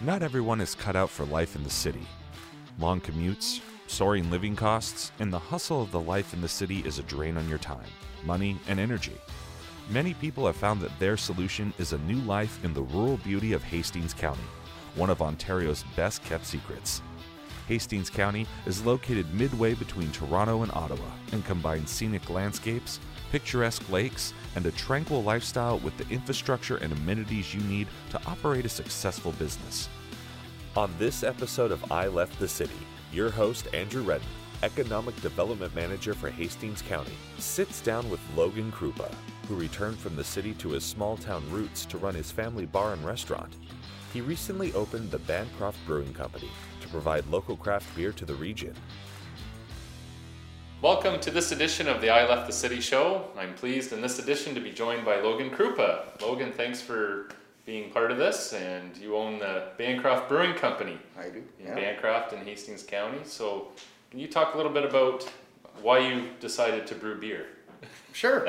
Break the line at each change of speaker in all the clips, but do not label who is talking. Not everyone is cut out for life in the city. Long commutes, soaring living costs, and the hustle of the life in the city is a drain on your time, money, and energy. Many people have found that their solution is a new life in the rural beauty of Hastings County, one of Ontario's best kept secrets. Hastings County is located midway between Toronto and Ottawa and combines scenic landscapes, picturesque lakes, and a tranquil lifestyle with the infrastructure and amenities you need to operate a successful business. On this episode of I Left the City, your host, Andrew Redden, Economic Development Manager for Hastings County, sits down with Logan Krupa, who returned from the city to his small town roots to run his family bar and restaurant. He recently opened the Bancroft Brewing Company to provide local craft beer to the region.
Welcome to this edition of the I Left the City show. I'm pleased in this edition to be joined by Logan Krupa. Logan, thanks for being part of this, and you own the Bancroft Brewing Company
I do.
in
Yeah.
Bancroft and Hastings County. So, can you talk a little bit about why you decided to brew beer?
Sure.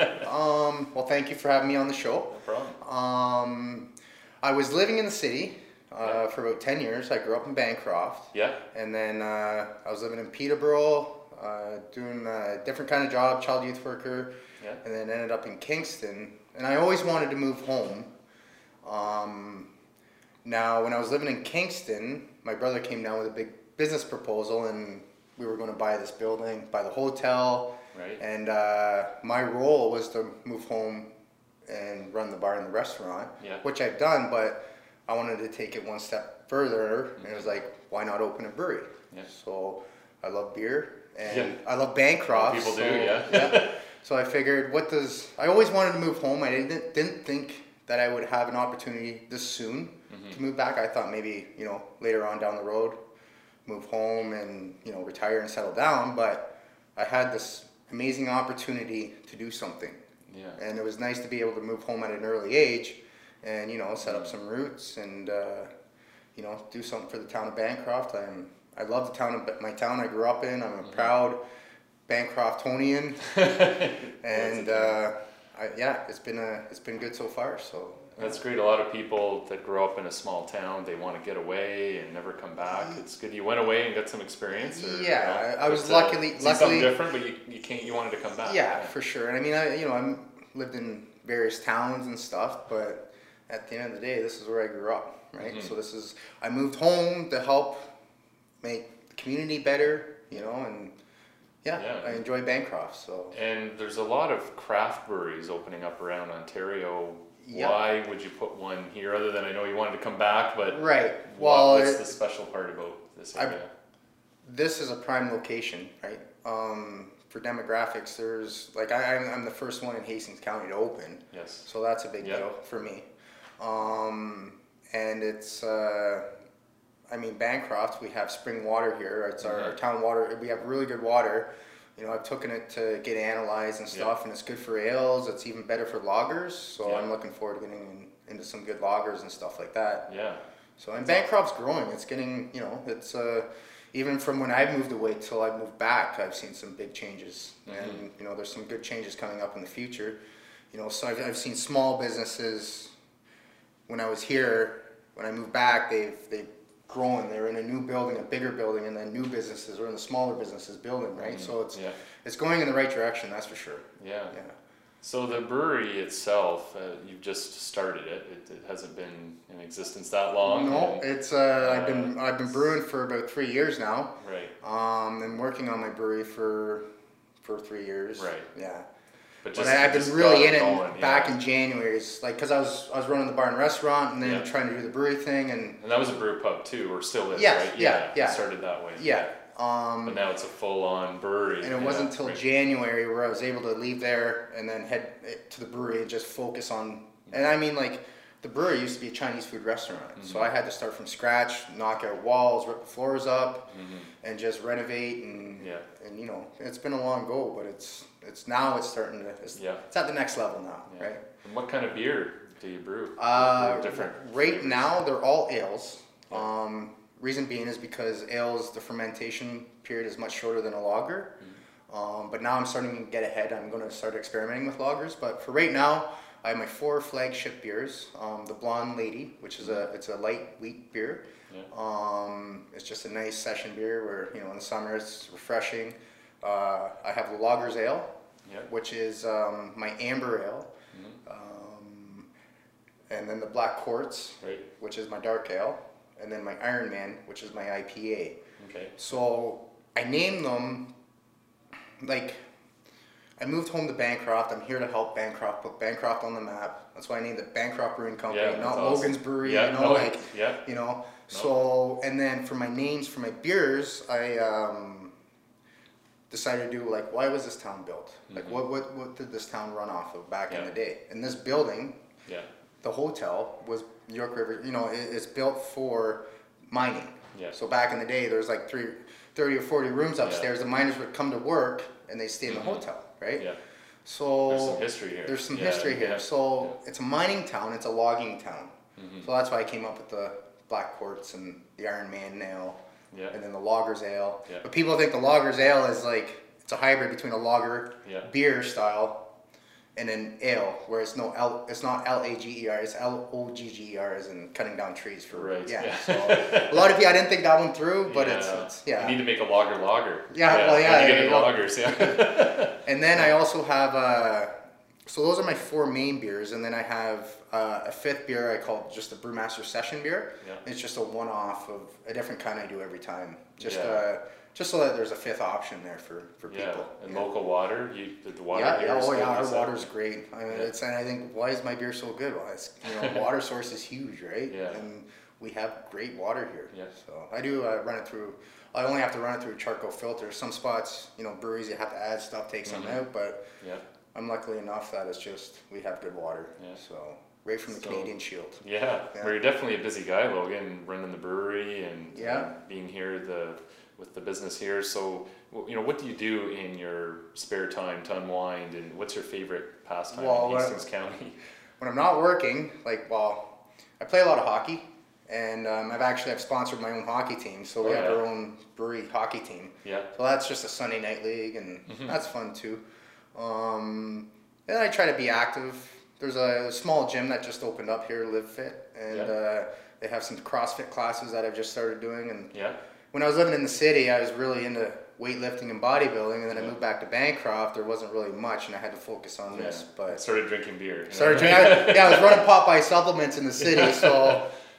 um, well, thank you for having me on the show.
No problem.
Um, I was living in the city uh, for about 10 years. I grew up in Bancroft.
Yeah,
And then uh, I was living in Peterborough, uh, doing a different kind of job, child youth worker,
yeah,
and then ended up in Kingston. And I always wanted to move home. Um, now, when I was living in Kingston, my brother came down with a big business proposal, and we were going to buy this building, buy the hotel,
right.
and uh, my role was to move home and run the bar and the restaurant,
Yeah.
which I've done, but I wanted to take it one step further, and it was like, why not open a brewery?
Mm-hmm. Yeah.
So I love beer, and
Yeah.
I love Bancroft.
People do,
so-
yeah.
So I figured, what does I always wanted to move home. I didn't didn't think that I would have an opportunity this soon
Mm-hmm.
to move back. I thought maybe you know later on down the road, move home and you know retire and settle down. But I had this amazing opportunity to do something,
Yeah,
and it was nice to be able to move home at an early age, and you know set up some roots and uh, you know do something for the town of Bancroft. I'm I love the town of my town I grew up in. I'm a proud Bancroftonian and uh, I, yeah, it's been a, it's been good so far. So
that's great. A lot of people that grow up in a small town, they want to get away and never come back. It's good you went away and got some experience. Or, you
Mm-hmm. Yeah,
know,
I- I was
but, uh,
luckily-
see something
luckily-
different, but you, you can't. You wanted to come back.
yeah, for sure. And I mean, I you know I'm lived in various towns and stuff, but at the end of the day, this is where I grew up, right? So this is I moved home to help make the community better, you know, and yeah,
Yeah.
I enjoy Bancroft. So
And there's a lot of craft breweries opening up around Ontario.
Yeah.
Why would you put one here other than I know you wanted to come back, but
right,
what-
well,
what's
it-
the special part about this
I-
area?
this is a prime location, right? Um, for demographics, there's like I, I'm- I'm the first one in Hastings County to open.
yes.
So that's a big
Yeah.
deal for me. Um, and it's, uh, I mean, Bancroft, we have spring water here. It's our, our
Mhm.
town water. We have really good water. You know, I've taken it to get analyzed and
Yeah.
stuff, and it's good for ales. It's even better for loggers. So
Yeah.
I'm looking forward to getting in, into some good loggers and stuff like that.
Yeah.
So, and Bancroft's growing. It's getting, you know, it's, uh, even from when I moved away till I moved back, I've seen some big changes. And, you know, there's some good changes coming up in the future. You know, so I've, I've seen small businesses, when I was here, when I moved back, they've, they've grown. They're in a new building, a bigger building, and then new businesses or in the smaller businesses building, right? So it's,
Yeah.
it's going in the right direction, that's for sure.
Yeah.
Mm-hmm. Yeah.
So the brewery itself, uh, you've just started it. it. It hasn't been in existence that long.
No,
and-
it's, uh, I've been, I've been brewing for about three years now.
right.
Um, and working on my brewery for for three years.
Right.
Yeah.
But
but I, I've been
just
really
got
in it
going,
back
yeah.
in January. It's like because I was I was running the bar and restaurant and then
Yeah.
trying to do the brewery thing and
And that was a brew pub too, or still is,
Yes,
right?
yeah,
it
yeah.
started that way.
yeah.
But
Um,
now it's a full on brewery.
and it
yeah,
wasn't until
right.
January where I was able to leave there and then head eh, to the brewery and just focus on. And I mean like. The brewery used to be a Chinese food restaurant,
Mm-hmm.
so I had to start from scratch, knock out walls, rip the floors up, and just renovate and
Mm-hmm. Yeah.
and you know it's been a long goal, but it's it's now it's starting to it's,
Yeah.
it's at the next level now,
Yeah.
right?
And what kind of beer do you brew?
Uh,
Brew different.
Right now, they're all ales. Um, reason being is because ales, the fermentation period is much shorter than a
Mm-hmm.
lager. Um, but now I'm starting to get ahead. I'm going to start experimenting with lagers. But for right now, I have my four flagship beers. Um, the Blonde Lady, which is a it's a light wheat beer.
Mm-hmm. Yeah.
Um, it's just a nice session beer where you know in the summer it's refreshing. Uh, I have Lager's Ale,
Yeah.
which is um, my amber ale, um, and then the Black Quartz,
Right.
which is my dark ale, and then my Iron Man, which is my IPA.
Okay.
So I named them like I moved home to Bancroft. I'm here to help Bancroft put Bancroft on the map. That's why I named it Bancroft Brewing Company,
Yeah, that's
not
awesome.
Logan's Brewery.
Yeah,
you know,
no,
like
yeah.
you know. So and then for my names for my beers, I um, decided to do like why was this town built? Like what what what did this town run off of back in
Mm-hmm. Yeah.
the day? And this building
Yeah.
the hotel was York River, you know, it, it's built for mining.
Yeah.
So back in the day, there was like three, 30 or 40 rooms upstairs. The miners would come to work and they stay in the hotel, right?
Yeah.
So
There's some history here.
There's some
Yeah,
history here.
yeah,
So it's a mining town, it's a logging town.
Mm-hmm.
So that's why I came up with the Black Quartz and the Iron Man ale
Yeah.
and then the Logger's Ale.
Yeah.
But people think the Logger's Ale is like, it's a hybrid between a lager
Yeah.
beer style and an ale, where it's no L, it's not L A G E R, it's L O G G E R, as in cutting down trees for
Right,
Yeah.
yeah.
So a lot of people, I didn't think that one through, but it's, it's yeah.
You need to make a lager lager.
Yeah, well, yeah,
when you
there
get
you
into
go.
loggers, yeah.
And then I also have uh, so those are my four main beers, and then I have uh, a fifth beer I call just the Brewmaster Session beer.
Yeah.
It's just a one-off of a different kind I do every time, just
Yeah.
uh, just so that there's a fifth option there for for
yeah.
people.
And
Yeah.
local water, you the- the water
Yeah,
here
yeah,
is
oh
good,
yeah,
is
our
that-
water's great. I mean,
Yeah.
it's and I think why is my beer so good? Well, it's you know water source is huge, right?
Yeah.
And we have great water here.
Yeah.
So I do uh, run it through. I only have to run it through a charcoal filter. Some spots, you know, breweries you have to add stuff, take
Mm-hmm.
some out, but
Yeah.
I'm lucky enough that it's just we have good water.
Yeah.
So right from the
So-
Canadian Shield.
Yeah,
Yeah.
well, you're definitely a busy guy, Logan, running the brewery and
Yeah.
and being here the with the business here. So, w- you know, what do you do in your spare time to unwind, and what's your favorite pastime
Well,
in
when-
Hastings County?
When I'm not working, like well, I play a lot of hockey, and um, I've actually I've sponsored my own hockey team, so we
Oh,
have
yeah.
our own brewery hockey team.
Yeah, Mm-hmm.
So that's just a Sunday night league, and that's fun too. Um, and I try to be active. There's a small gym that just opened up here, Live Fit, and
Yeah.
uh, they have some CrossFit classes that I've just started doing, and
yeah,
when I was living in the city, I was really into weightlifting and bodybuilding, and then I moved back to Bancroft. There wasn't really much, and I had to focus on
yeah.
this. But
started drinking beer. you
started
know?
drinking. I, yeah, I was running Popeye supplements in the city, so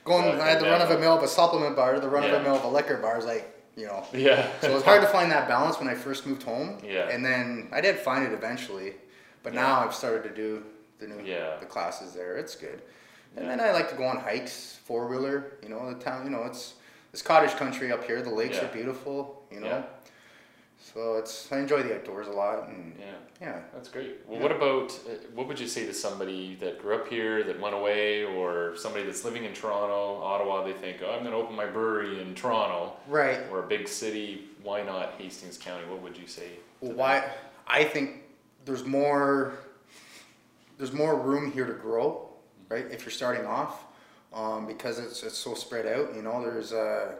going.
Yeah,
I had the run of
yeah.
a mill of a supplement bar, the run of
Yeah.
a mill of a liquor bar. Is like you know.
Yeah.
So it was hard to find that balance when I first moved home.
Yeah.
And then I did find it eventually, but now I've started to do the new
Yeah.
the classes there. It's good. And
Yeah.
then I like to go on hikes, four wheeler. You know the town. You know it's this cottage country up here. The lakes
Yeah.
are beautiful. You know.
Yeah.
So it's I enjoy the outdoors a lot and
Yeah,
yeah.
that's great. Well, what about uh, what would you say to somebody that grew up here that went away, or somebody that's living in Toronto, Ottawa? They think, oh, I'm going to open my brewery in Toronto.
Right.
or a big city, why not Hastings County? What would you say? to
Well,
that?
why? I think there's more. There's more room here to grow, right? If you're starting off, um, because it's it's so spread out. You know, there's uh,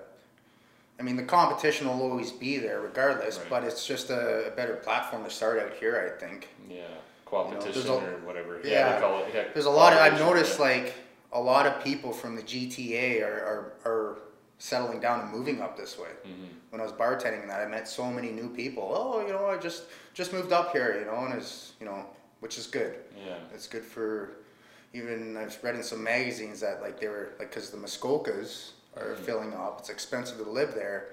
I mean, the competition will always be there regardless,
Right.
but it's just a, a better platform to start out here. I think.
Yeah, competition
You know, there's
or whatever. Yeah,
yeah.
they call it. Yeah,
There's a lot of I've
cooperation,
noticed
yeah.
like a lot of people from the GTA are are, are settling down and moving up this way.
Mm-hmm.
When I was bartending, that I met so many new people. Oh, you know, I just just moved up here, you know, and it's you know, which is good.
yeah,
It's good for even I've read in some magazines that like they were like because the Muskokas are
Mm-hmm.
filling up. It's expensive to live there.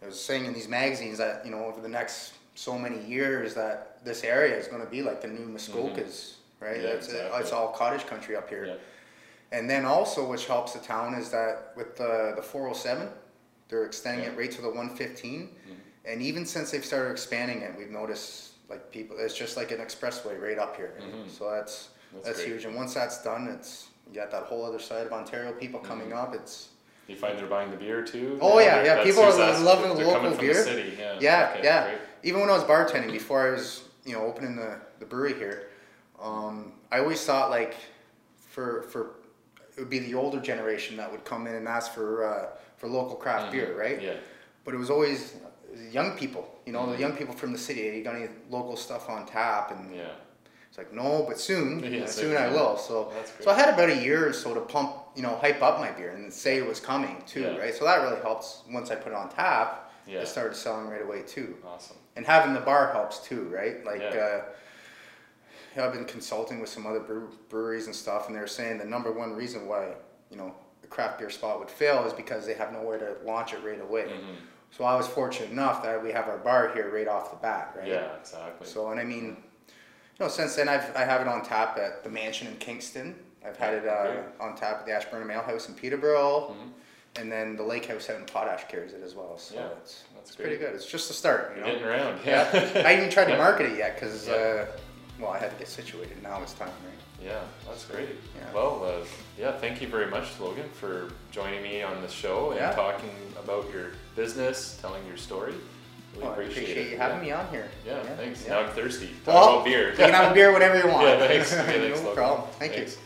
It was saying in these magazines that you know over the next so many years that this area is going to be like the new Muskokas, right?
Mm-hmm. Yeah,
it's, it's
exactly.
all cottage country up here.
yeah,
And then also, which helps the town is that with the the 407, they're extending
Yeah. Mm-hmm.
it right to the 115. And even since they've started expanding it, we've noticed like people, it's just like an expressway right up here. So that's
Mm-hmm. That's
that's,
great.
huge. And once that's done, it's you got that whole other side of Ontario people
Mm-hmm.
coming up. It's
You find they're buying the beer too.
Oh, yeah,
They're-
yeah,
that's
people are
who's asked-
loving the
they're coming from The
local beer.
city. Yeah,
yeah,
okay,
yeah.
great.
Even when I was bartending, before I was, you know, opening the, the brewery here, um, I always thought like for for it would be the older generation that would come in and ask for uh, for local craft beer, right?
Mm-hmm. Yeah,
But it was always young people, you know, the young people from the city. You got any local stuff on tap, and
yeah,
It's like no, but soon,
Yeah,
you know,
so-
soon I will. So,
That's great.
so I had about a year or so to pump, you know, hype up my beer and say it was coming too,
Yeah.
right? So that really helps. Once I put it on tap,
Yeah.
I started selling right away too,
Awesome.
and having the bar helps too, right? Like.
Yeah.
Uh, yeah, I've been consulting with some other brew- breweries and stuff, and they're saying the number one reason why you know a craft beer spot would fail is because they have nowhere to launch it right away.
Mm-hmm.
So I was fortunate enough that we have our bar here right off the bat, right?
Yeah, exactly.
So and I mean, you know, since then I've I have it on tap at the mansion in Kingston. I've had it uh,
Okay.
on tap at the Ashburnham Ale House in Peterborough, and then the Lake House out in Potash carries it as well. So
Mm-hmm. Yeah,
it's
that's
it's pretty
great.
good. It's just the start, you
You're
know.
getting around.
Yeah.
Yeah.
I even tried to
Yeah.
market it yet because,
Yeah.
uh, well, I had to get situated. Now it's time, right?
Yeah, that's great.
Yeah.
Well, uh, yeah, thank you very much, Logan, for joining me on the show and
Yeah.
talking about your business, telling your story. Really
Well, Oh, I
appreciate,
appreciate
it.
you having
yeah.
me on here.
Yeah, thanks.
yeah.
Now I'm thirsty. Talk
Well,
about beer.
You can have a beer whenever you want.
Yeah, thanks. Yeah, thanks,
no
Logan.
problem. Thank you.
Thanks.